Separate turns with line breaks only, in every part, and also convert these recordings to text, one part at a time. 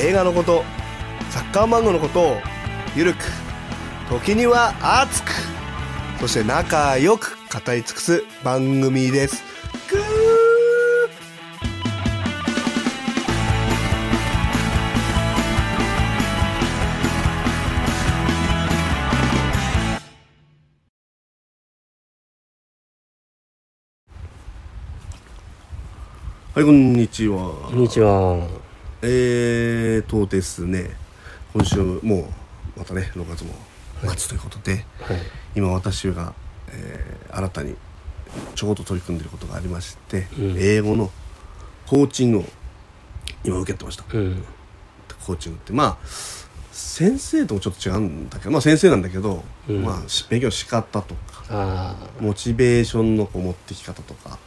映画のことサッカー漫画のことをゆるく時には熱くそして仲良く語り尽くす番組ですぐーはいこんにちは
こんにちは。
えーとですね今週もうまたね6月も末ということで、
はい。
今私が、えー新たにちょこっと取り組んでいることがありまして、
うん
英語のコーチングを今受けてました
うん。
コーチングってまあ先生ともちょっと違うんだけどまあ先生なんだけど、
うん
まあし勉強の仕方とか
ああ。
モチベーションのこう持ってき方とか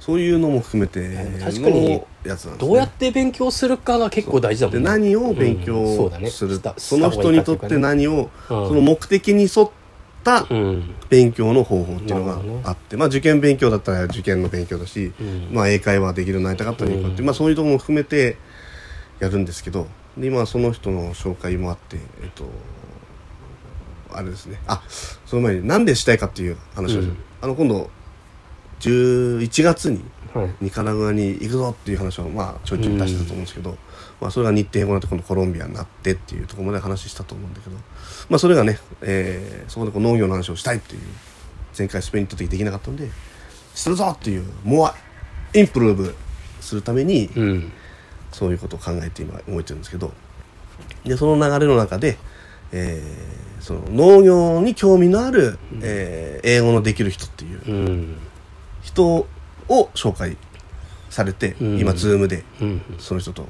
そういうのも含めて
確かに
のやつなんですね
どうやって勉強するかが結構大事だもん
で
ね。
何を勉
うんそ
強
うだね
する、
した
その人にとって何を、
うん
その目的に沿った
うん。
勉強の方法っていうの
なるほどね
があって、まあ受験勉強だったら受験の勉強だし、
うん
まあ英会話できるようになりたかったら英会話って、
うん
まあそういうところも含めてやるんですけどで今その人の紹介もあってえっとあれですねあその前になんでしたいかっていう話をし、
うん
あの今度11月に
はい。
ニカラグアに行くぞっていう話をまあちょいちょい出してたと思うんですけど、まあ、それが日程変更になって今度コロンビアになってっていうところまで話したと思うんだけど、まあ、それがね、えーそこでこう農業の話をしたいっていう前回スペインに行った時できなかったんでするぞっていうモアインプルーブするために
うん。
そういうことを考えて今動いてるんですけどでその流れの中で、えーその農業に興味のある、えー英語のできる人っていう
うん。
人を紹介されて、
うん
今ズームで
うん。
その人と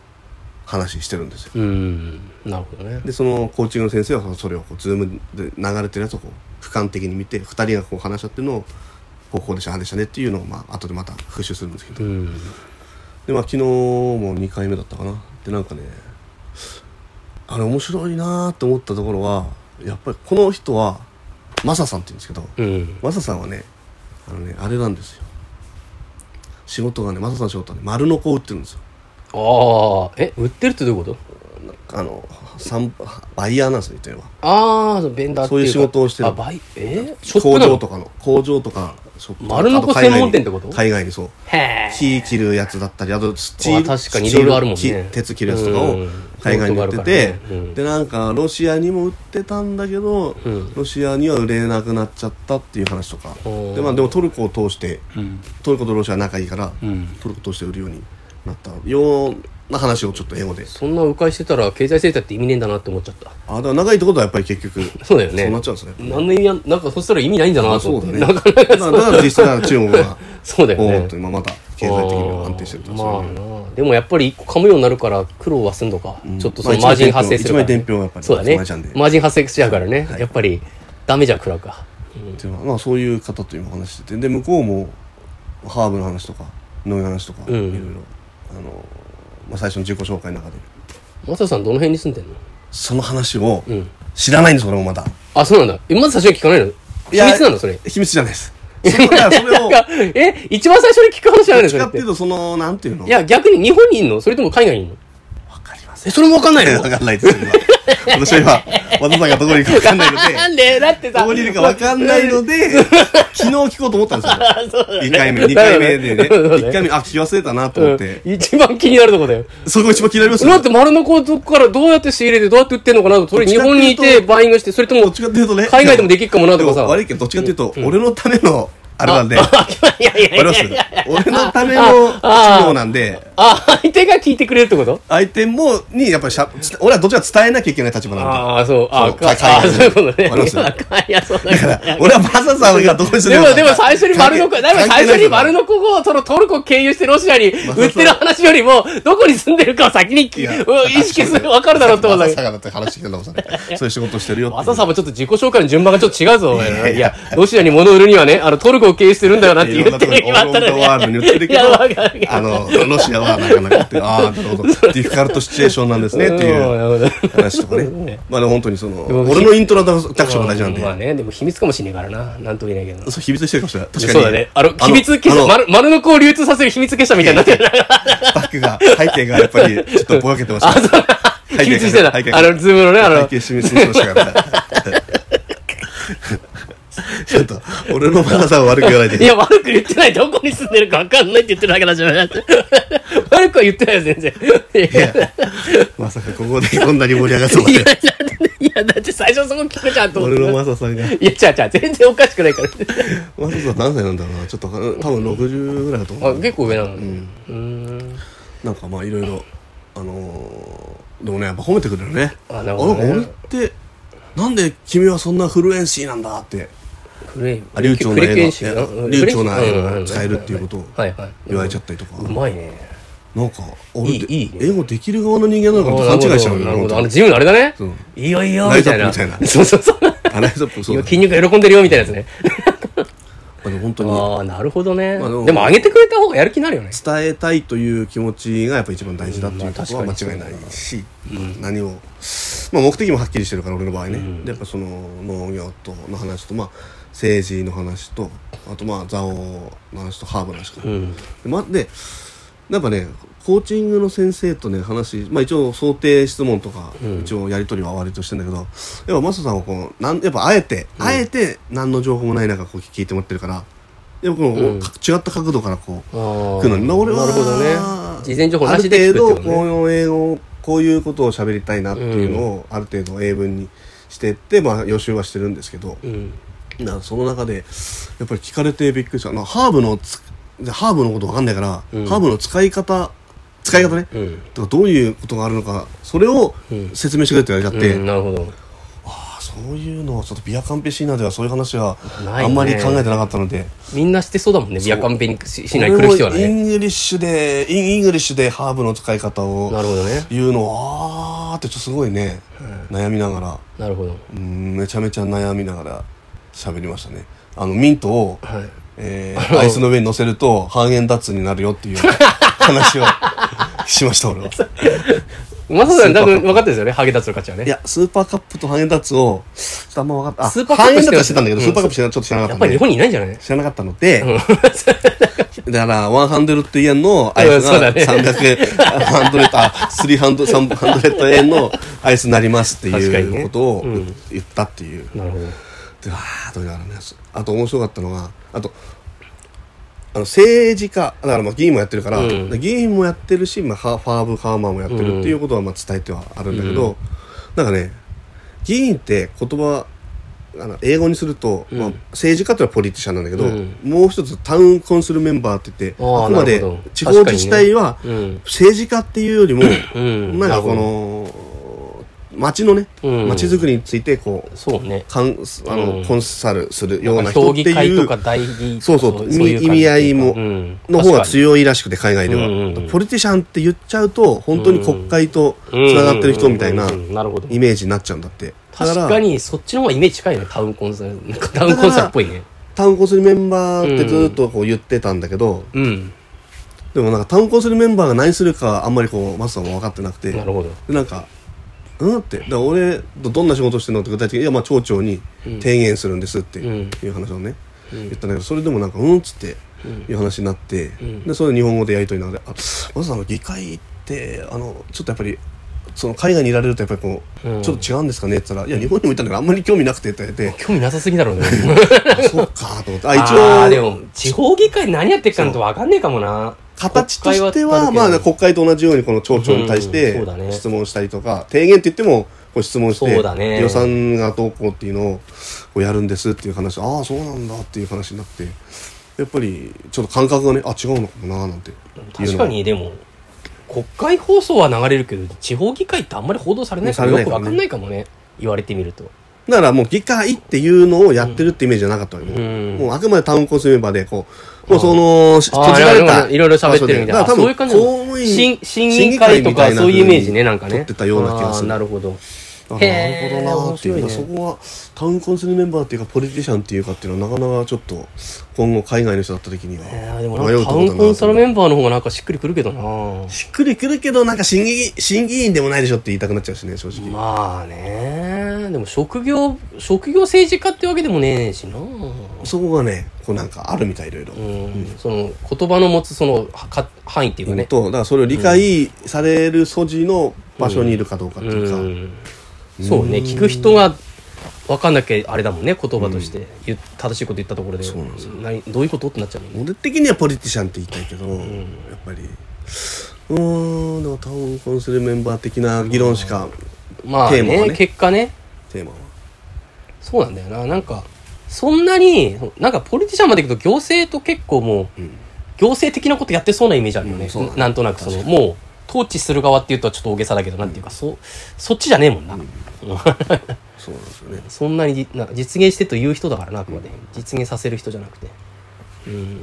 話してるんですよ
うん。なるほどね。
でそのコーチングの先生はそれをこうズームで流れてるやつをこう俯瞰的に見て2人がこう話し合ってるのをこうこうでしたああでしたねっていうのをまあ後でまた復習するんですけど
うん。
でまあ昨日も2回目だったかなでなんかねあれ面白いなと思ったところはやっぱりこの人はマサさんって言うんですけど、
うん。
マサさんはねあのねあれなんですよ仕事がねマサさんの仕事はね丸のこを売ってるんですよ
ああ。え、売ってるってどういうこと
あのさんバイヤーなんですよ言ってみれば
ああ、ベンダーって
そ
いうか
ういう仕事をしてる
あ、バイ、えショッ
工
プな
場
の
とかの工場とかショップとか
丸のこ
あ海外に
専門店ってこと
海外にそう
へえ。
木切るやつだったりあと土
あ確かにいろいろあるもんね
土木鉄切るやつとか
う
を
ん
海外に売って
用
て
途がある、からねうん
でなんかロシアにも売ってたんだけど、
うん
ロシアには売れなくなっちゃったっていう話とか
おー
で,、まあ、でもトルコを通して
うん。
トルコとロシアは仲いいから、
うん
トルコを通して売るようになったような話をちょっと英語で
そんな迂回してたら経済成長って意味ねえんだなって思っちゃった。
あだから仲いいってことはやっぱり結局
そうだよね
そうなっちゃうんですね
何の意味やん、なんかそしたら意味ないんだなと
そ
思っ
う
て。
だね。
なん
だ
か
からだから実際は中国が、
そうだよ
お
ね
ーっ。と今まだ経済的には安定してると
あー
そういう
まあなでもやっぱり一個噛むようになるから苦労はすんのか、ちょっとそのマージン発生するから、
まあ一枚伝票はやっぱり
そうだね
マージャンで
マージン発生しちゃうからね、やっぱりダメじゃ食らうか
っていうのはまあそういう方と今話しててで向こうもハーブの話とか農業の話とかい
うん
ろいろあのまあ最初の自己紹介の中で
マサさんどの辺に住んでんの
その話を
うん
知らないんです俺もまだ
あそうなんだえまず最初に聞かないの秘密なのそれ
秘密じゃないですそれだか らそれを
え一番最初に聞く話じゃないのそ
使
れ
っ
ってて
いうとそのなんていうの
いや逆に日本にいんのそれとも海外にいんの
わかりませ
え
ん
それも分かんないの
わかんないです今私は今和田さんがどこにいるかわかんないので
なんでだってさ
どこにいるかわかんないので、 昨日聞こうと思ったんですよ。
そうだね
1回目、2回目でね、
そうだ
1回目、あ、聞き忘れたなと思って、
うん一番気になるとこだよ
そこ一番気になりますよ
だって丸のこどこからどうやって仕入れてどうやって売ってんのかなとそれ日本にいてバイングしてそれと
ど
も
っちかっていうとね、
海外でもできっかもなとかさ
でも悪いけど、どっちかっていうと、俺のためのあれなんで、わか
いやいやい
りま
や
す
いやいや。
俺のための治療なんで、
あ、相手が聞いてくれるってこと
相手も、に、やっぱりしゃ、俺はどっちか伝えなきゃいけない立場なんで。
ああ、そう。ああ、
そうか
か
か
ああそういうことね。
わかります
いやかいや、そうだ
だから、俺はマサさんがどうして
でも、でも最初に丸の
子
こ、でも最初に丸のこをそのトルコ経由してロシアに売ってる話よりも、どこに住んでるかを先に
いや
うん意識する、わかるだろうと思うんだ
マ
け
サさ
ど
ん。がだって話してきたんだもんさそういう仕事してるよっていう
朝さんもちょっと自己紹介の順番がちょっと違うぞ、お
いや
前。
い
い
や
や、ロシアに物を売るにはね、あの、トルコを経由してるんだよなって
い
言
ろんな
って
ところ
る
にオ
今あ
ー
った
ル
ら
オブワールドに言ってる
い
け
や、
ど、
わかるけど。
あの、ロシアはなかなかって、ああ、なるほど。ディフィカルトシチュエーションなんですねっていう
うんなるほど
話とかね。まあでも本当にその、
も
俺のイントロダクションが大事なん
まあ
で、
ね、でも秘密かもしれないからな。なんとも言えないけど。
そう、秘密にしてるかもしれない。確かに。
そうだね。あの、秘密結
あ
社、
の
丸、丸のこを流通させる秘密結社みたいになってる。
バックが、背景がやっぱり、ちょっとぼやけてました。背景が
秘密してた。
背景が
あの、ズームのね、あ
背
の、
景示してましたから。 ちょっと、俺のマナさんは悪く言わない
い
で。
や、悪く言ってない。どこに住んでるか分かんないって言ってるだけだし、悪くは言ってないよ、全然。いや、い
まさかここでこんなに盛り上がると思って。
やだっていやだって最初そこ聞くじゃんと思っ
俺の
て。
マサさんが。
いや、違う違う、全然おかしくないから。
マサさん何歳なんだろうな。ちょっと、多分60ぐらいだと思
あ
う。
結構上なのね。うーん。
なんかまあいろいろあのーでもねやっぱ褒めてくれるね
あなるほどね
あなんか俺ってなんで君はそんなフルエンシーなんだって
古い。
あ流暢な
クリクリ
英
エン
語
シ
い
ー
や
うん
流暢な英
うんうん
語
う
を
ん
使えるっていうことを
はいはい。
言われちゃったりとか
うまいね。
なんか俺って
いいいいね
英語できる側の人間なのかなと勘違いしちゃうんだ
なる
よ
ほ
本
ど。
当
あの、
に
ジムのあれだね
そう。
いいよいいよ、
ライ
み
トア
た
ッ
い
プ
な。
みたいな
そうそうそう。
あライズアップそう
今
だ
筋肉が喜んでるよ、みたいなやつね。
まあでも本当に
ああ、なるほどね。
まあでも
でも、上げてくれた方がやる気になるよね。
伝えたいという気持ちがやっぱ一番大事だっていうことは
うん
間
まあ確か
違い
に
ないし、何を、まあ、目的もはっきりしてるから俺の場合ね、でやっぱその農業との話と、まあ、政治の話とあとまあ蔵王の話とハーブの話かな、
うん。
でまでやっぱねコーチングの先生とね話、まあ、一応想定質問とか、
うん
一応やり取りは割としてんだけどやっぱマサさんはこのなんやっぱあえて、あえて何の情報もない中こう聞いてもらってるからやっぱこの、
うん
か違った角度からこう。
あ
くのにまあ俺は
なるほどね。事前情報
あ
な
る
しで
程度
作ってるも
こ
んね。
の英語こういうことを喋りたいなっていうのをある程度英文にしてって、まあ、予習はしてるんですけど
うん。
なその中でやっぱり聞かれてびっくりしたなハーブのつハーブのことわかんないから、
うん
ハーブの使い方使い方ね、
うん。
とかどういうことがあるのかそれを
うん
説明してくれって言われちゃって、
うんなるほど。
ああそういうのはちょっとビアカンペシーナではそういう話は
ないね
あんまり考えてなかったので。
みんなしてそうだもんね。ビアカンペにししない
これ
来る
も
人は
イ
ね。
ングリッシュでインイングリッシュでハーブの使い方を
なるほどね。
いうのはあーってちょっとすごいね、悩みながら
なるほど。
うんめちゃめちゃ悩みながら喋りましたねあのミントを、
はい。
えーアイスの上に乗せる とハーゲンダッツになるよっていう話をしました俺 は
うまそうだね。多分分かってるんですよね。ハゲダッツの価値はいね。
やスーパーカップとハーゲンダッツをちょっとあんま分かったあ
スーパーカッ
ハー
プ
ゲンダ
知
ッ
っ
ツは
てる
知ってたんだけどスーパーカップ知らなちょっと知らなか
や
っ
ったぱ
ん
り日
で
本にいないんじゃない
知らなかったので、
うん
だから、ワンハンドレッド円のアイス
そう
が
だね
300円、ハンドレッド、あ、スリーハンド、三ハンドレッド円のアイスになりますって
確かに
い
ね
うことを
うん
言ったっていう。
なるほど。
で、わーっと言いながらね、あと面白かったのが、あと、あの政治家、だからまあ議員もやってるから、
うん
議員もやってるし、まあ、ハーファーブ・ハーマーもやってるっていうことはまあ伝えてはあるんだけど、なんかね、議員って言葉、あの英語にすると、
うん
まあ、政治家ってのはポリティシャンなんだけど、
うん
もう一つタウンコンするメンバーって言って
あー
あくまで
なるほど
地方自治体は
うん。
政治家っていうよりも、
うん。
なんかこ
なる
の町のね
ほど、うん
町づくりについてこう
そうね。
かんあの、
うん
コンサルするような人
競
って
技会
い
と
う
か大議
そうそう
いう感じ
意味合いも
うん
の方が
い。
強いらしくて海外では、
うんうんうん
ポリティシャンって言っちゃうと本当に国会とつながってる人みたいな
うんうんうんうんなるほど
イメージになっちゃうんだってだ
確
ら
かにそっちの方がイメージ近いねタウンコンサルなんかタウンコンサルっぽいね
タウンコンするメンバーってずっとこう言ってたんだけど、
うん
でもなんかタウンコンするメンバーが何するかあんまりこうマスさんも分かってなくて
なるほど
でなんか「うん?」って「だから俺どどんな仕事してんの?」って具体的に「いやまあ町長に
うん
提言するんです」って
う
い
ん
う話をね、
うん
言ったんだけどそれでもなんか「うん?」っつっていう話になって、
ん
でそれで日本語でやり取りながら「あマスさんあの議会ってあのちょっとやっぱりその海外にいられるとやっぱりこう、
うん
ちょっと違うんですかね?」って言ったら「いや日本にもいたんだけどあんまり興味なくて」って言われて
興味なさすぎだろうね
「あそうか」と思って「あ
あ
一応
ーでも地方議会何やってっかなんて分かんねえかもな
形としては、
国会
ま
はあるけど
あ、国会と同じようにこの町長に対し
うん
て
そうだね
質問したりとか、提言って言ってもこう質問し
そう
て、
だね
予算がどうこうっていうのをこうやるんですっていう話、ああ、そうなんだっていう話になって、やっぱりちょっと感覚がね、あ、違うのかもななんていうの
確かにでも国会放送は流れるけど地方議会ってあんまり報道されないから
されな
よ
い
く
から
わ
ね
かんないかもね言われてみると
だからもう議会っていうのをやってるってイメージじゃなかったわけ、
うん
もうあくまでタウンコスメンバーでこうもうそのし
あー
閉じられ
なるほ
た
どいろいろ喋ってるみたいな
場所で
そうい
だから多
う感
分
じなの
公務員
審審議会とかそういうイメージねなんかね
取ってたような気がす
あー
る
なるほど
あー
へー
なるほどなーっていう、
面
そ
白いね
こはタウンコンセルメンバーっていうかポリティシャンっていうかっていうのはなかなかちょっと今後海外の人だった時には
えーでも
迷
な
うんとこ
かタ
ろだ
ウ
な
ンコンサルメンバーの方がなんかしっくりくるけどな
しっくりくるけどなんか審議審議員でもないでしょって言いたくなっちゃうしね正直、
まあねでも職業職業政治家ってわけでもねえしな
そこがねこうなんかあるみたいいろいろ、
うん、その言葉の持つそのはか範囲っていうかね
とだからそれを理解される素地の場所にいるかどうかっていうか、
うん、そうね聞く人が分かんなきゃあれだもんね言葉として、言う正しいこと言ったところで
そうなんですよ
何どういうことってなっちゃうもんね
俺的にはポリティシャンって言いたいけど、やっぱりうーんでも多分コンセルメンバー的な議論しか
まあ
テーマは
ね
ね
結果ね
テーマは
そうなんだよななんかそんなになんかポリティシャンまでいくと行政と結構もう、行政的なことやってそうなイメージあるよね、
うんそうだね
なんとなくそのもう統治する側っていうとちょっと大げさだけど、なんていうかそそっちじゃねえもんな、
そうなんですよね
そんなにじな実現してという人だからなあくまで、実現させる人じゃなくてうん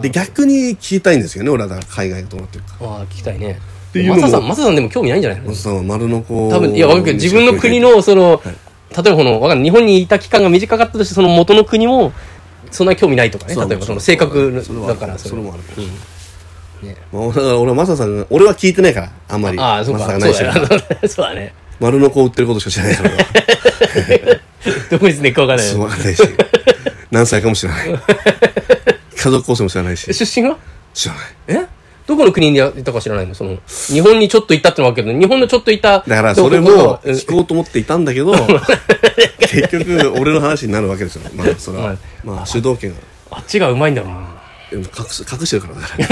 で逆に聞きたいんですよね俺はだから海外がどうなってるか
ああ聞きたいね
ていうの
マ
も
サさんマサさんでも興味ないんじゃないの
松さんは丸のこう
多分いやわかるけど自分の国のその、例えばこのわかんない日本にいた期間が短かったとしてその元の国もそんなに興味ないとかね
そう
例えばその性格だから
それもある
それうんね
まあ、だから俺はマサさんが俺は聞いてないからあんまり
ああそう
マサ
か
さんが
そ
内
う
緒だ
だ
から
ね そうだね
丸のこを売ってることしか知らない から俺は
どこに住んでいくかわかんない
そう
よ
わかんないし何歳かも知らない 家族構成も知らないし
出身は
知らない
えどこの国にいたか知らないのその日本にちょっと行ったってのはわかるけど日本のちょっと行った
だからそれ
どこ
も
かうん
聞こうと思っていたんだけ ど結局俺の話になるわけですよまあそれ
は
はいまあ主導権が
あっちがうまいんだろうな
でも隠す隠してるからだから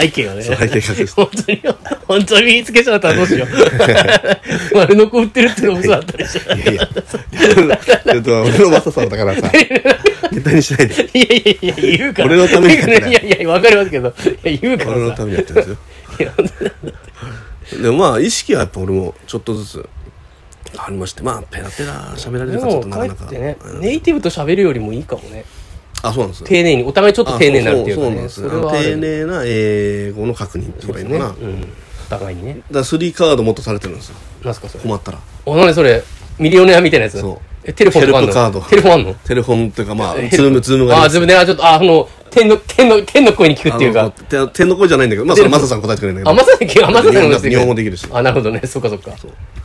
背景が ね
背景隠して
本当に本当に身につけちゃったらどうしよ う丸のこ売ってるってのもそうだったりして
いやいやちょっと俺のマサさんだからさネタにしない で
いやいやいや、言うから。
俺のためにやってない
いやいや、わかりますけど。いや、言うか
俺の
ら
た
さ。
めにやってるんですよでもまあ意識はやっぱ俺もちょっとずつありましてまあペラペラ喋られ
で
るかちょっ
も、
となかな
帰
か
ってね
う、ん
ネイティブと喋るよりもいいかもね。
あそうなんです
丁寧に、お互いちょっと丁寧になるっていうかね。
あそうそう
れ
そう
は
なんですよ
ある
丁寧な英語の確認って言えばいいのかな
ね。うん。お互いにね。
だからスリーカードもっとされてるんですよ
なんすか、それ。
困ったら
お、なにそれ、ミリオネアみたいなやつ
そう
え、テレフォンとかあんの
ヘルプカード
テレフォンあんの
テレフォンっていうかまあズームズームがあ
あー、
り
自分で、あ、ちょっと、あ、あの、天の、天の、天の声に聞く
ま
っ
す
ていう
あの
か。
て天の声じゃないんだけどまあそれマサさん答えてくれるんだ
あ、
けど
まさに、あ、まさにの
日本語できるし
あ、なるほどね。そっかそっか。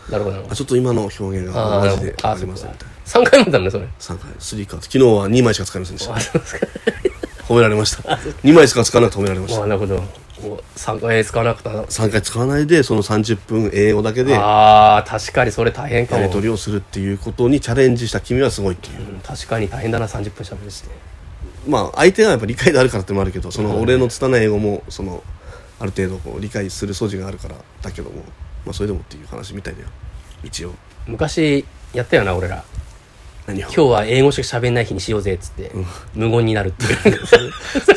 なるほどなるほ
あ
ど。
ちょっと今の表現が
あ
マ
ー、なる
ジ
ほ
で
ど。
あ
あ、
り
そっ
ません
か
みたいな。
3回もだね、それ。
3回スリーカード昨日は2枚しか使えませんでした
あ、そうですか。
褒められました2枚しか使わなくて褒められました
あなるほど3回使わなくたら
3回使わないでその30分英語だけでや
ああ確かにそれ大変かも
り取りをするっていうことにチャレンジした君はすごいっていう
うん確かに大変だな30分しゃべるして
まあ相手がやっぱ理解があるからってのもあるけどその俺の拙い英語もそのある程度こう理解する素地があるからだけどもまあそれでもっていう話みたいだよ一応
昔やったよな俺ら
何を
今日は英語しかしゃべんない日にしようぜっつって、無言になるっていう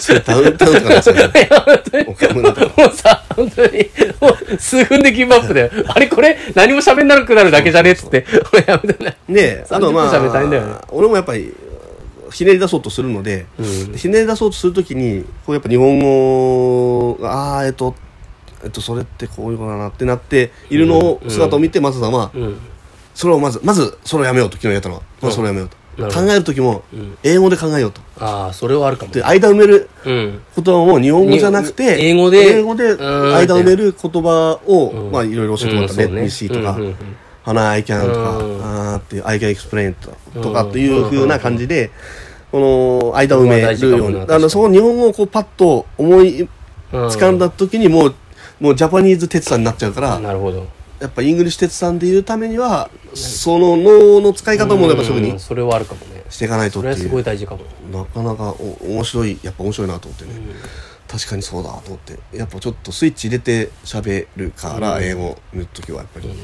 それダウンタウンとかのやつ だよね岡村とか
もうさ本当にもう数分でギブアップだよあれこれ何もしゃべんなくなるだけじゃねっつってもうやめてない
であとま
30分喋りたいんだよね
あ俺もやっぱりひねり出そうとするので、
うん
ひねり出そうとするときにこうやっぱ日本語がああーえっとえっとそれってこういうことだなってなっているのを
うん
姿を見て松田さんは、
うん
それをまずまずそれをやめようと昨日やったのは、まずそれをやめよう
なる
と考
ほど
える時も
うん
英語で考えようと
ああそれはあるかも
で間埋める
うん
言葉も日本語じゃなくて
に英語で
英語で
うーん
間埋める言葉を、
うん
まあいろいろ教えてもらったね「
うんそうね
Missy とか
うんうんうん
「花 I can」とか
うん
「あーっていう「I can explain」とか
うん
というふうな感じでこの間埋めるよう
まあ大事かもな
に
確
だ
か
から
に
そこ日本語をこうパッと思い
うん
掴んだ時にもうもうジャパニーズ哲さんになっちゃうから
なるほど
やっぱイングリッシュ哲さんでいるためにはその脳の使い方もやっぱすぐ
う
に
んそれはあるかもね
していかないと
そ
っ
れ
て
はす
い
ごいう大事かも
なかなかお面白いやっぱ面白いなと思ってね確かにそうだと思ってやっぱちょっとスイッチ入れて喋るから、
うん
英語の時はやっぱり、
いいね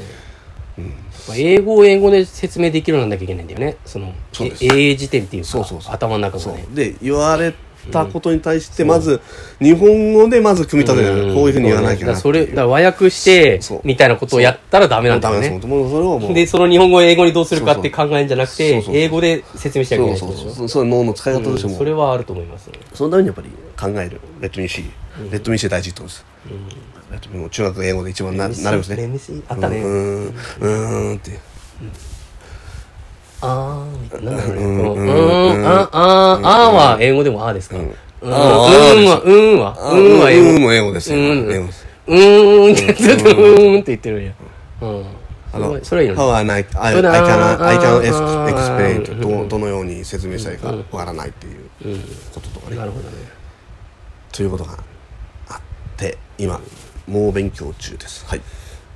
うん
まあ英語を英語で説明できるようになんなきゃいけないんだよねその
そうです
え英辞典っていうか
そうそうそう
頭の中
そ
がね
うで言われたことに対して
うん
まず日本語でまず組み立てる、
ん
こういうふうに言わなきゃなって
そ
いう
ねだからそれだから和訳して
そう
みたいなことをやったらダメなんだ
ダ
よ
メです
ね
もうそれをもう
でその日本語を英語にどうするかって考えんじゃなく
そう
て
そうそう
英語で説明しなきゃいけ
そ
な
う
いって
そ
こ
うそうそう
とでしょ
それ脳の使い方として
う
も、
んそれはあると思いますね
そのためにやっぱり考えるレッドミーシーレッドミーシー大事ってことです、レッドミーも中学英語で一番ななるんですね
LMC あったね
うーんうーんって
あーみたいな。なんだろうね
うん
このう
うん
ーん、あー、あー、あーは英語でもあーですかう
うん
ん、うーん
あー
は、うーんは、うーんは
う
英
ん
語。
も英語です
う
よ英
ー
語
ん
です。
うーんってずっとうーんって言ってるんや。うん。そ
あ
れ
の
はそれはいいのね
How I, I, I, can, I
それだ
can
あ
ex-
ー
explain どうどのように説明したらいいかわからないっていうこととかね、
なるほどね。
ということがあって今もう勉強中ですはい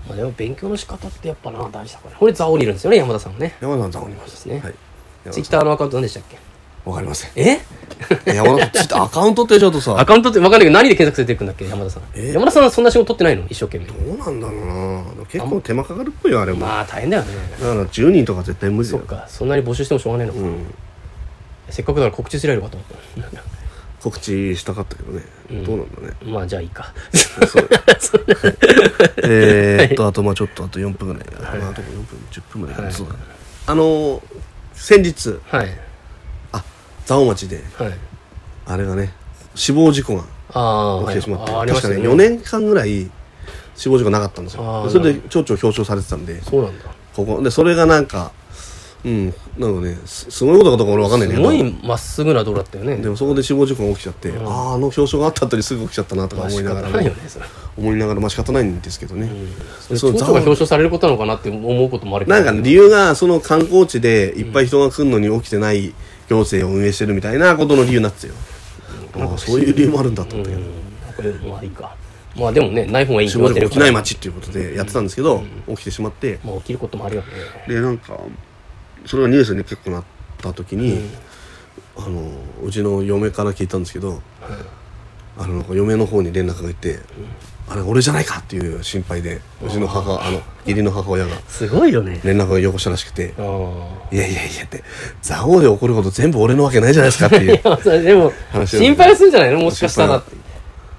まあでも勉強の仕方ってやっぱな、大事だから。これザオリいるんですよね、山田さんもね。
山田さんおります
そうですね
はい山
ツイッ
田
ターのアカウント何でしたっけ
さんわかりません
え
山田さんツイッターアカウントってちょっと
ア
さ
カウントってわかんないけど何で検索されていくんだっけ、山田さん。
え
山田さんはそんな仕事取ってないの一生懸命。
どうなんだろうなでも結構手間かかるっぽいよあれもだか
まあ大変だよね。
ら10人とか絶対無理だ
そっ
よ
か、そんなに募集してもしょうがないのか。
うん
せっかくだから告知すればいいのかと思った。
告知したかったけどね、どうなん だね
まあじゃあいいか。
えーっと、あと、まあちょっと、あと4分ぐらいかな。まああと4分、10分ぐらいかな。
はい
そうだね。あのー、先日、
はい。
あ、蔵王町で、
はい。
あれがね、死亡事故が
ああ、
起き
はい
てしまって、
あありま
確
し
かね、
たね。
4年間ぐらい死亡事故なかったんです
あ
よ。
ー
それで、町長表彰されてたんで、
そうなんだ。
ここ、で、それがなんか、うん、なんかね、すすごいことかどうか俺わかんないん
す
だけど
ごい、まっすぐな道路だったよね。
でもそこで死亡事故が起きちゃって、ああ、あの表彰があった後にすぐ起きちゃったなとか
まあ
思い
仕
な
方
がらも
ない、よね、それ。
思いながら、まあ仕方ないんですけどね。
それ
そう
町長が表彰されることなのかなって思うこともあるけど。
なんか理由がその観光地でいっぱい人が来るのに起きてない行政を運営してるみたいなことの理由になってたよ、ああそういう理由もあるんだと思ったけど、
これまあいいか。まあでもね、ない方がいいに
死
決ま
亡
っ
事
て
故
るか
起き
ら
ない街っていうことでやってたんですけど、起きてしまって
まあ起きることもあるよね。
でなんかそれがニュースに結構なった時に、あのうちの嫁から聞いたんですけど、あのなんか嫁の方に連絡がいって、あれ俺じゃないかっていう心配でうちの母あの義理の母親が
すごいよね。
連絡がよこしたらしくて。
ああ。
いやいやいやって、蔵王で起こること全部俺のわけないじゃないですかって いう。
それでも、
話を
心配するんじゃないのもしかしたらって。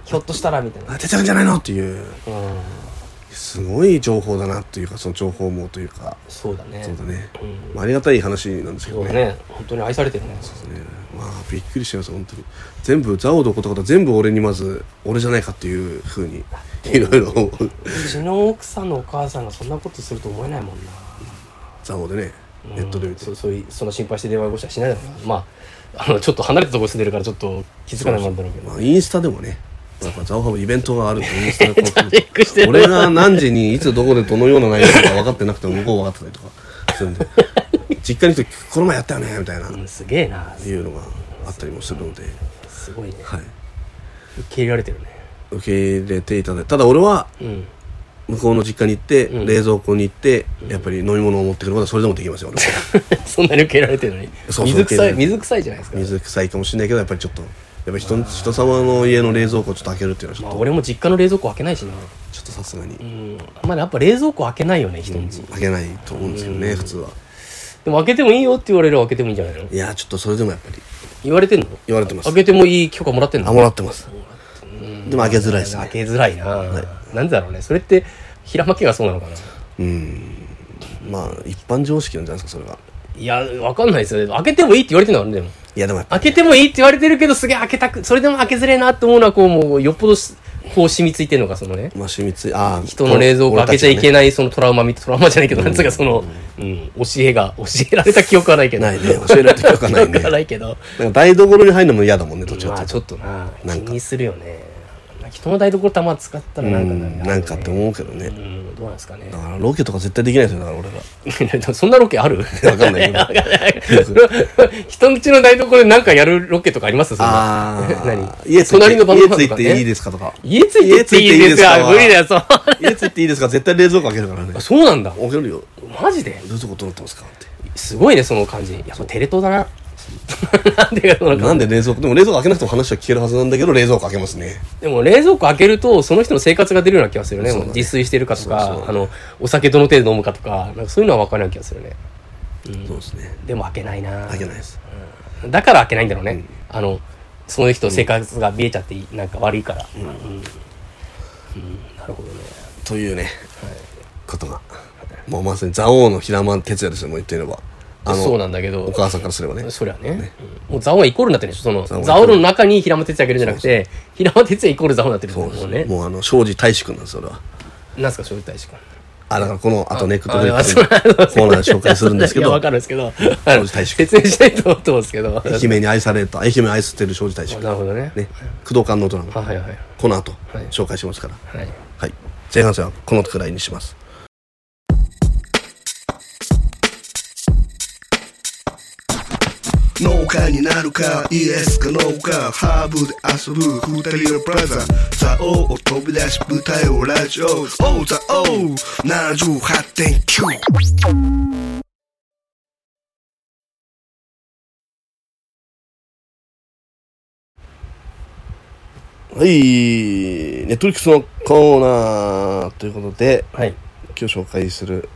ひょっとしたらみたいな。
当てちゃうんじゃないのっていう、
うん。
すごい情報だなっていうか、その情報網というか、
そうだね。
そうだね。
うん。
まあ、ありがたい話なんですけ
そ
ど
うだ
ね。
ね。本当に愛されてるね。
ねまあ、びっくりしてます、本当に。全部、蔵王で起こったことは全部俺にまず、俺じゃないかっていうふうに、いろいろ思う、
うちの奥さんのお母さんがそんなことすると思えないもんな。
蔵王でね、ネットで見て
そ。そういうその心配して電話越しはしないだろうなまああのちょっと離れたところに住んでるからちょっと気づかないもんだろうけど
まあ、インスタでもね、やっぱ蔵王ハブイベントがあるとインスタでこう
チェックしてる
俺が何時にいつどこでどのような内容とか分かってなくても向こう分かってたりとかするん で実家に行くとこの前やったよねみたいな
うんすげえな
いうのがあったりもするのです
ごいね
はい
受け入れられてるね
受け入れていただいてただ俺は
うん
向こうの実家に行って、
うん
冷蔵庫に行ってやっぱり飲み物を持ってくることはそれでもできますよ俺は
そんなに受け入れられてるのに
そうそう
水
受け
臭い
入れられてる
水臭いじゃないですか、
水臭いかもしれないけどやっぱりちょっとやっぱ人の人様の家の冷蔵庫をちょっと開けるっていうのはちょ
ま
っ
あ、
と、
俺も実家の冷蔵庫開けないしな
ちょっとさすがに
うんまあやっぱ冷蔵庫開けないよね人んち、
開けないと思うんですけどね、普通は
でも開けてもいいよって言われれば開けてもいいんじゃないの
いやちょっとそれでもやっぱり
言われてんの
言われてます
開けてもいい許可もらってんの
あもらってますでも開けづらいです
開
ね
けづらいな、なんでだろうねそれって平間家がそうなのかな
うんまあ一般常識なんじゃないですかそれはい
やわかんないですよ開けてもいいって言われてるのかなでも
いやでもやっぱ
開けてもいいって言われてるけどすげえ開けたくそれでも開けづれえなって思うのはこうもうよっぽどしこう染みついてるのかそのね
まあ染みついああ
人の冷蔵庫開けちゃいけ
ない
ないそのトラウマみトラウマじゃないけど、なんつうかその、うん、教えが教えられた記憶はないけど
ないね教えられた記憶はないね
記憶はないけど
なんか台所に入るのも嫌だもんねどっちか
まあ
って
ちょっとな
な
気
んか
にするよね人の台所たま使ったらなんか
うんなんかって思うけどね
うんどうなんですかね
だからロケとか絶対できないですよだから俺ら
そんなロケある
わかんないけど
わかんない人んちの台所でなんかやるロケとかありますそんな
ああ
何
家ついて
隣の晩ご飯
家つ
とかね
いていいですかとか
家ついてっていいですか無理だよそう
家ついていいですか絶対冷蔵庫開けるからね
あそうなんだ
開けるよ
マジで
冷蔵庫どうなってますかって
すごいねその感じやっぱテレ東だな なんで世の中
なんで冷蔵庫でも冷蔵庫開けなくても話は聞けるはずなんだけど冷蔵庫開けますね
でも冷蔵庫開けるとその人の生活が出るような気がするね
そうだね
もう自炊してるかとか
そうそう
あのお酒どの程度飲むかとかなんかそういうのは分からない気がするね
そうですね
でも開けないな
開けないです
だから開けないんだろうね、あのその人の生活が見えちゃってなんか悪いから、うんうんなるほどね
というね、ことがもうまさに蔵王の平間哲也ですよもう言っていればあの
そうなんだけど
お母さんからすればね
そりゃねうんもう蔵王がイコールになってるでしょその
蔵王
蔵王の中に平間哲也がいるんじゃなくて平間哲也イコール蔵王になってるってことだもんね
もうあの庄司大志君なんですよ俺は
なんすか正直大使君
あだからこの後ねクト
あ
リ
いや
ッ
そ れ
ク
はそうです
コーナーで紹介するんですけ
いや
ど
わかるんですけどあの
正直大使
説明しないと思うんですけど
愛媛に愛された愛媛を愛してる庄司大志君
なるほどね
ね工藤館のドラマ
あはいはい
この後
はい
紹介しますから
はい
はい前半戦はこのくらいにします
農家になるかイエスかノーかハーブで遊ぶ二人のプラザザオを飛び出し舞台をラジオオーザオー78.9
はいネットリックスのコーナーということで
はい
今日紹介する、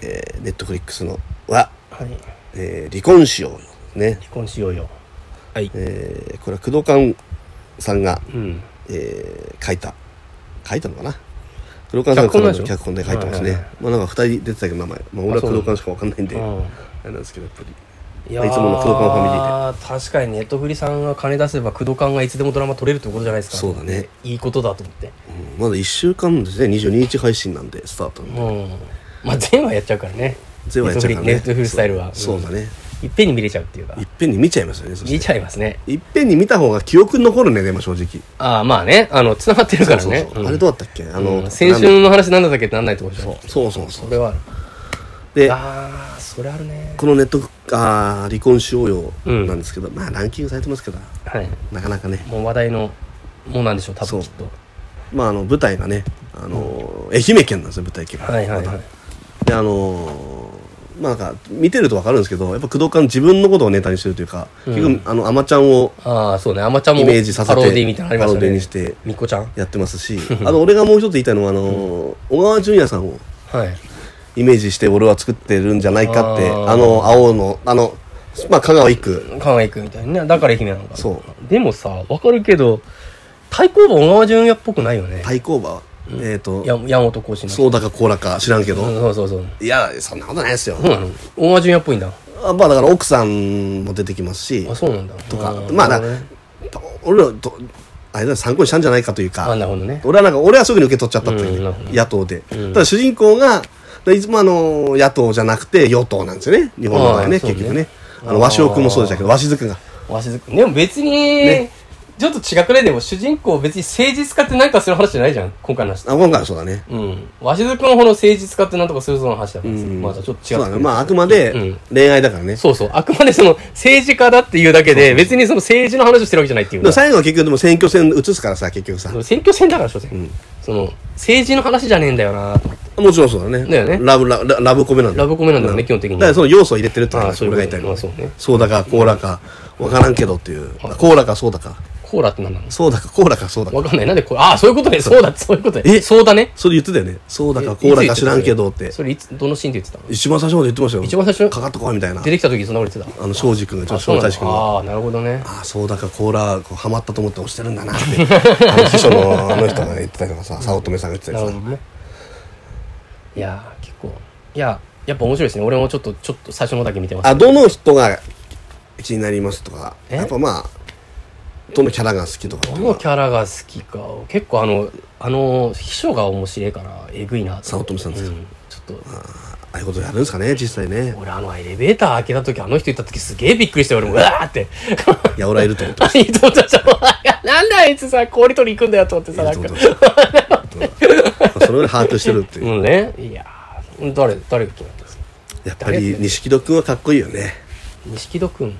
えー、ネットフリックスのは、
はい
えー離婚しようよね、
離婚しようよはい
えーこれは工藤館さんが、
うん
えー書いた書いたのかな工藤館さんがこの
脚本なんでしょ
脚本で書いてますね、
はいはい
まあなんか二人出てたけど名前、まあ、俺は工
あそう
藤館しかわかんないんで
う
あ
ん
れなんですけどやっぱり
いや
いつもの工藤館ファミリ
ー確かにネットフリさんが金出せば工藤館がいつでもドラマ撮れるってことじゃないですか
そうだね
いいことだと思って
うんまだ1週間ですね22日配信なんでスタートなんで
うんまあ全話やっちゃうからね
全話やっちゃうからね
ネットフリネットフリスタイルは
そうだ
ね
ね
いっぺんに見れちゃうっていうか
いっぺんに見ちゃいますよねそして
見ちゃいますね
いっぺんに見た方が記憶に残るねでも正直
ああまあねあの繋がってるからね
そうそうそう
うん
あれどうだったっけあ
あ
の、
の青春の話なんだったっけってなんないってことでしょ
そうそうそう
それはある
で
ああそれあるね
このネットあー離婚しようよ
うん
なんですけど、まあランキングされてますけど
はい
なかなかね
もう話題のもうなんでしょう多
そう
分きっと
まああの舞台がねあの、愛媛県なんですよ舞台県が
はいはいは
ま
い
たであのーまあなんか見てると分かるんですけどやっぱ工藤館自分のことをネタにしてるというか、
うん
結局あのアマちゃんを
ああそうねあまちゃんも
イメージさせて
パロディみたいなのありまし
パ
た
ロディ
ね
にして
みっこちゃん
やってます しあと俺がもう一つ言いたいのはあのー小川淳也さんを
はい
イメージして俺は作ってるんじゃないかって
あー
あの青のあのまあ香川一区
かわいくみたいなねだから愛媛なのかな
そう
でもさわかるけど対抗馬小川淳也っぽくないよね
対抗馬は、えっ、ー、と
や山本浩志の
そうだかこうだか知らんけど、
うんそうそうそう
いやそんなことないですよ、
そうなの小川淳也っぽいんだ
あまあだから奥さんも出てきますし
あそうなんだ
とか
ー
まあだ
なるほどね
俺らとあれだ参考にしたんじゃないかという
あ
か
なるほどね
俺はなんか俺はすぐに受け取っちゃったといううん
な
ね、
るほど
野党で、
うん
ただ主人公がいつもあの野党じゃなくて与党なんですよね日本の場合
あ
ね
ーそう
結
ね
局ねあの鷲尾君もそうでしたけど鷲津君が
わしづくでも別に、ちょっと違くないでも主人公別に誠実家ってなんかする話じゃないじゃん今回の話
あ今回はそうだね
うんわしづくのほど誠実家ってなんとかするぞの話だからさまたちょっと違
そううだ
てく
ね
る
まああくまで
ん
恋愛だからね、
そうそうあくまでその政治家だっていうだけで別にその政治の話をしてるわけじゃないっていう
でも
か
最後は結局でも選挙戦移すからさ結局さ
選挙戦だから所詮、その政治の話じゃねえんだよなと思って
もちろんそうだね
だよね
ラブラララブコメなんだ
ラブコメなんだよね基本的に
だからその要素を入れてるって
ああ
話
そう
俺
い
が言
うこと
いたいの
まあそうね
そうだかコーラか分からんけどっていうコーラかそうだか
コーラって何なの
そうだかコーラかそうだか
わかんないなんでこれああそういうことねそうだそういうことね
え
そうだね
それ言ってたよねそうだか
え
コーラか知らんけどっ
い
て
つ言ってたそれいつどのシーンで言ってたの
一番最初まで言ってましたよ
一番最初
かかってこいみたいな
出てきた時そんなこと言ってた
あの庄司君がちょっと
そう
庄
なんだ
大志君が
ああなるほどね
ああそうだかコーラこうハマったと思って押してるんだなって あの秘書のあの人が言ってたからさ早乙女さんが言ってた
なる
か
ほ
らさ
どねいやー結構いややっぱ面白いですね俺もちょっとちょっと最初のだけ見てます
あどの人が気になりますとか
え
やっぱまあどのキャラが好きとかって
ど
いうの
の
は
キャラが好きか結構あのあの秘書が面白いからえぐいな
早乙女さんですか
うちょっと
ああいうことやるんですかね実際ね
俺あのエレベーター開けた時あの人いた時すげえびっくりして俺もうわーって
いや俺はいると思って
何と思ったじゃん なんであいつさ氷取り行くんだよと思ってさ
い
な
る
ん
と
か
思ってましたそれより把握してるっていううん
ねいやー誰誰が気になったんですか
やっぱり錦戸君はかっこいいよね
錦戸くん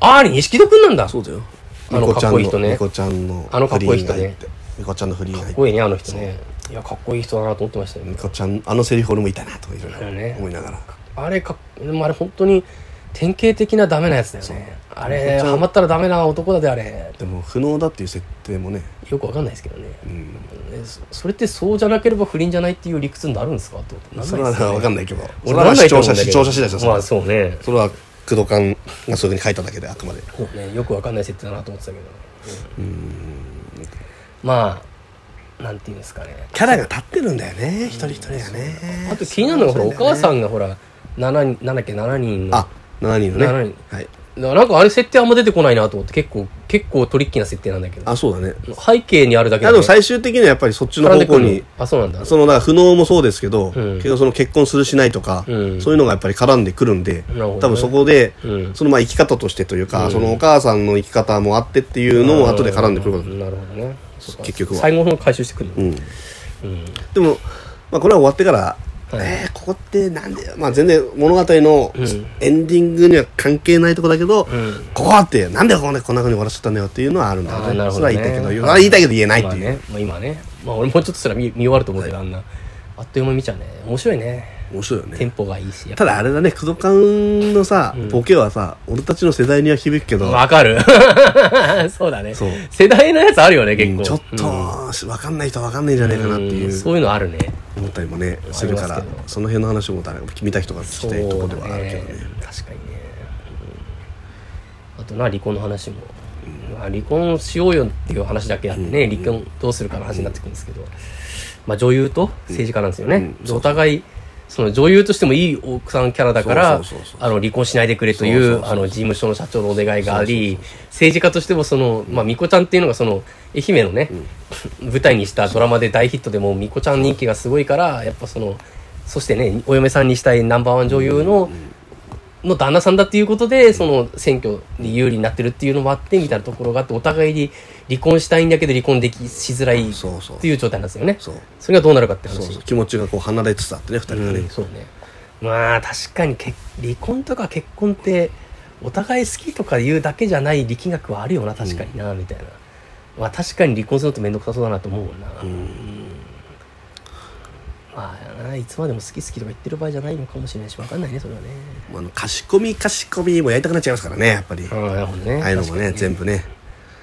ああれ錦戸くんなんだ
そうだよ
あのかっこいい人ね
みこちゃんの
あのかっこいい人ね
フリーが入ってみこちゃんのフリーが
か
入
っ
っ
こ
て
いいねあの人ねいやかっこいい人だなと思ってましたよ
みこちゃんあのセリフ俺もいたなとかいろい
だよ
ろ
ね
思いながら
あれかでもあれ本当に典型的なダメなやつだよねあれハマったらダメな男だであれ
でも不能だっていう設定もね、
よくわかんないですけどね
うん、
えそそれってそうじゃなければ不倫じゃないっていう理屈になるんですかってことなん
そ
ない
れは
ですよね
わかんないけどそ
俺
れは
なんな
視
い
聴
と思う
者
んだけ
視
ど
聴者次第ですよ、
まあそうね
それは工藤官がそういうふうに書いただけであくまで
そうねよくわかんない設定だなと思ってたけどねまあなんていうんですかね
キャラが立ってるんだよね一人一人がね
あと気になるのがほらお母さ
ん
んがほら7人なんだっけ7人の
あ7人のね
7
はい
だからなんかあれ設定あんま出てこないなと思って結構結構トリッキーな設定なんだけど
あそうだね
背景にあるだ
い
け
やで
ね
も最終的にはやっぱりそっちの
絡ん
方
でく
向
るの
に
あそうなんだ
そのだから不能もそうですけど、
うん
けどその結婚するしないとか、
うん
そういうのがやっぱり絡んでくるんで、
なるほどね
多分そこで、
うん
そのまあ生き方としてというか、
うん
そのお母さんの生き方もあってっていうのも後で絡んでくること
なるほどねそうか
結局は
最後の方に回収してくる
うん、
うん
でも、まあ、これは終わってから、
はい
えーここってなんで、まあ、全然物語の
うん
エンディングには関係ないとこだけど、
ん
ここってなんでこんなこんなふうに終わらせちゃったんだよっていうのはあるんだ
あ
よ
ー
ね
なるほ
そ
ど
れは言い
ね
たいけど言うあ言いたいけど言えないっていう、
まあねまあ今ねまあ俺もうちょっとすら見見 終わると思うけどあんなあっという間に見ちゃうね面白いね
面白いよね
テンポがいいしやっぱ
ただあれだね、クドカンのさ、ボケはさ、俺たちの世代には響くけど、
わかる そうだね
そう
世代のやつあるよね結構
ちょっと、わかんない人はわかんないんじゃないかなってい
ん
う
そういうのあるね
思ったりもね、するか
あ
ら
りますけ、ど
その辺の話も誰か見た人が聞きたいところで
そう
は
だ
あるけ
ね
どね。
確かにね、うんあとな離婚の話も、まあ、離婚しようよっていう話だけあってね、離婚どうするかの話になってくるんですけど、まあ、女優と政治家なんですよね、
うん
お互いその女優としてもいい奥さんキャラだから
そうそうそうそう
あの離婚しないでくれとい
そうそうそう
う
そう
あの事務所の社長のお願いがあり政治家としてもその、まあ、巫女ちゃんっていうのがその愛媛のね、舞台にしたドラマで大ヒットでもう巫女ちゃん人気がすごいからやっぱそのそしてねお嫁さんにしたいナンバーワン女優の、の旦那さんだっていうことで、その選挙に有利になってるっていうのもあって、みたいなところがあって、お互いに離婚したいんだけど離婚できしづらい
そうそう
っていう状態なんですよね。
そう
それがどうなるかって話。
そうそう気持ちがこう離れつつあってね、二人が
う
ね
ん、。そうね。まあ、確かにけ離婚とか結婚って、お互い好きとか言うだけじゃない力学はあるよな、確かにな、みたいな。まあ、確かに離婚するのって面倒くさそうだなと思うもんな。うんまあ、いつまでも好き好きとか言ってる場合じゃないのかもしれないし、わかんないね、それはね。
あの、かしこみかしこみもやりたくなっちゃいますからね、やっぱり。
ああ
あ
なるほどね。
あいうのも
確かに
ね、全部ね。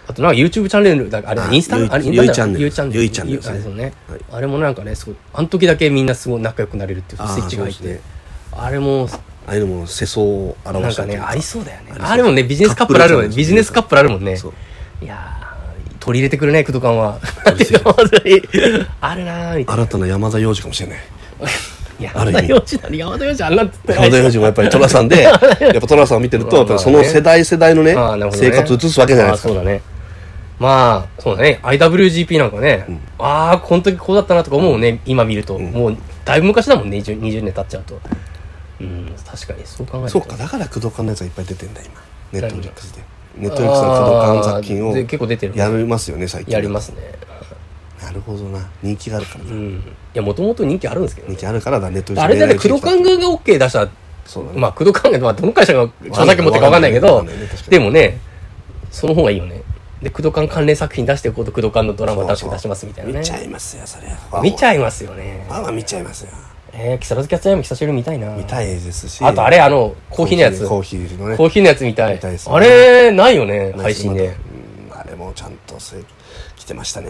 あとなんか YouTube チャンネルだあれ
あ
インスタ
ゆい
あれ
ゆいチャンネル
ゆいチャンネル
ゆいチャンネルですね
あれそうね
はい
あれもなんかねすごいあの時だけみんなすごい仲良くなれるっていう
あー
スイッチが入っ
そうで
て
すね
あれも
ああいうのも世相を表
なん
した
か
とい
ね
う
ありそうだよね
ありそう
あれもねビジネスカップルあるもんね
カップルチャンネル
ビジネスカップルあるもんね
そう
いやー取り入れてくるね工藤官は
取り入れて
本当に あるなーみたいな
新たな山田洋次かもしれない。あ
山
る意
田
味
洋次なの山田洋次あんなって言ってない
山田洋次もやっぱり寅さん で、やっぱ寅さんを見てると、やっぱりその世代世代のね
あーなる、ほどね
生活を移すわけじゃないです
あー
か。
そうだねまあそうだね IWGP なんかね、ああこの時こうだったなとか思うね、今見ると、もうだいぶ昔だもんね 20, 20年経っちゃうとうん確かにそう考えると
そうか、だから工藤館のやつがいっぱい出てんだ、今。ネットフリックスで。ネットフリックスの工藤館作品
あー
を。
で結構出てる
やりますよね、最近。
やりますね
す。なるほどな。人気があるから
う
だ。
んいやもともと人気あるんですけどね、
人気あるからだ、ネットフリックス
あれだね
狙い撃ちでき
工藤
た
官が OK 出した
そうだね。
まあ工藤官が、まあ、どの会社が著作権持ってるか分かんないけ
わか
ど
んないね確かに
でもねその方がいいよねで工藤官関連作品出していこうと工藤官のドラマ出して出しますみたいなね
見ちゃいますよ、それは。
見ちゃいますよね
ファンは見ちゃいますよ。
えー、木更津キャッツアイも久しぶりに見たいな。
見たいですし。
あとあれ、あの、コーヒーのやつ。
コ
コ
ー
ーヒ
ヒー
ー,、
のね。
のやつ見たい。
見たいですね
あれ、ないよね、配信で。
うん。あれもちゃんとせ来てましたね。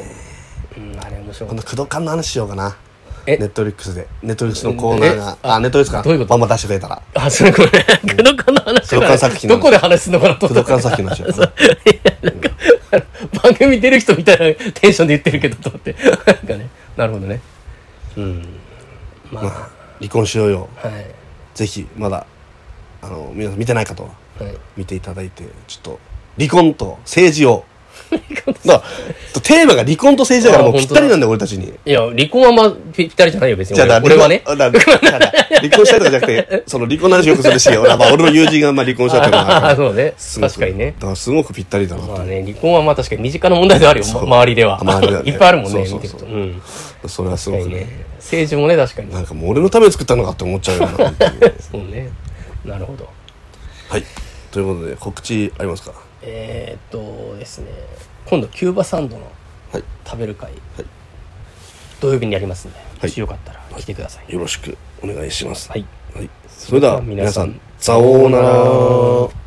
うん、あれ面白い
今度、工藤館の話しようかな。ネ
え
ットフリックスで。ネットフリックスのコーナーが。あ、ネットフリックスか。
どういうこと
バンバン出してくれたら。
あ、それこれ、クドカンの話
クドカン作品の
ど
話
こで話すのかなと
工
思
藤
った。
館作品の話を。
いや、なんか、あの番組出る人みたいなテンションで言ってるけど、と思って。なんかね、なるほどね。うん。まあ、
離婚しようよ。
はい。
ぜひ、まだ、あの、皆さん見てない方は、
はい。
見ていただいて、ちょっと、離婚と政治を。だからテーマが離婚と政治だからもう
あ
ぴっ
本当だ
たりなんだよ、俺たちに。
いや、離婚はまあ、ぴぴったりじゃないよ、別に。
じゃあだ、
俺俺はね。
離婚だだ離婚したいとかじゃなくて、その離婚の話よくするし、俺,、まあ、俺の友人がまあ離婚したっていうのが
あ
あ
あ、
るから
そうね。
すごく
確かにね
だ。からすごくぴったりだなと。
まあね、離婚はまあ確かに身近な問題ではあるよ、ま周りでは。
周りではね
いっぱいあるもんね、
そうそう
見てる
そう
と。うん。
それはすごく
確かに
ね
ね。政治もね、確かに。
なんかもう俺のために作ったのかって思っちゃうような。
そうね。なるほど。
はい。ということで、告知ありますか
えー、っとですね、今度、キューバサンドの
はい。
食べる会、
はい
土曜日にやりますんで、
い
もしよかったら来てください。
よろしくお願いします。
はい。
はい。それでは、皆さ
皆
ん、さおうなら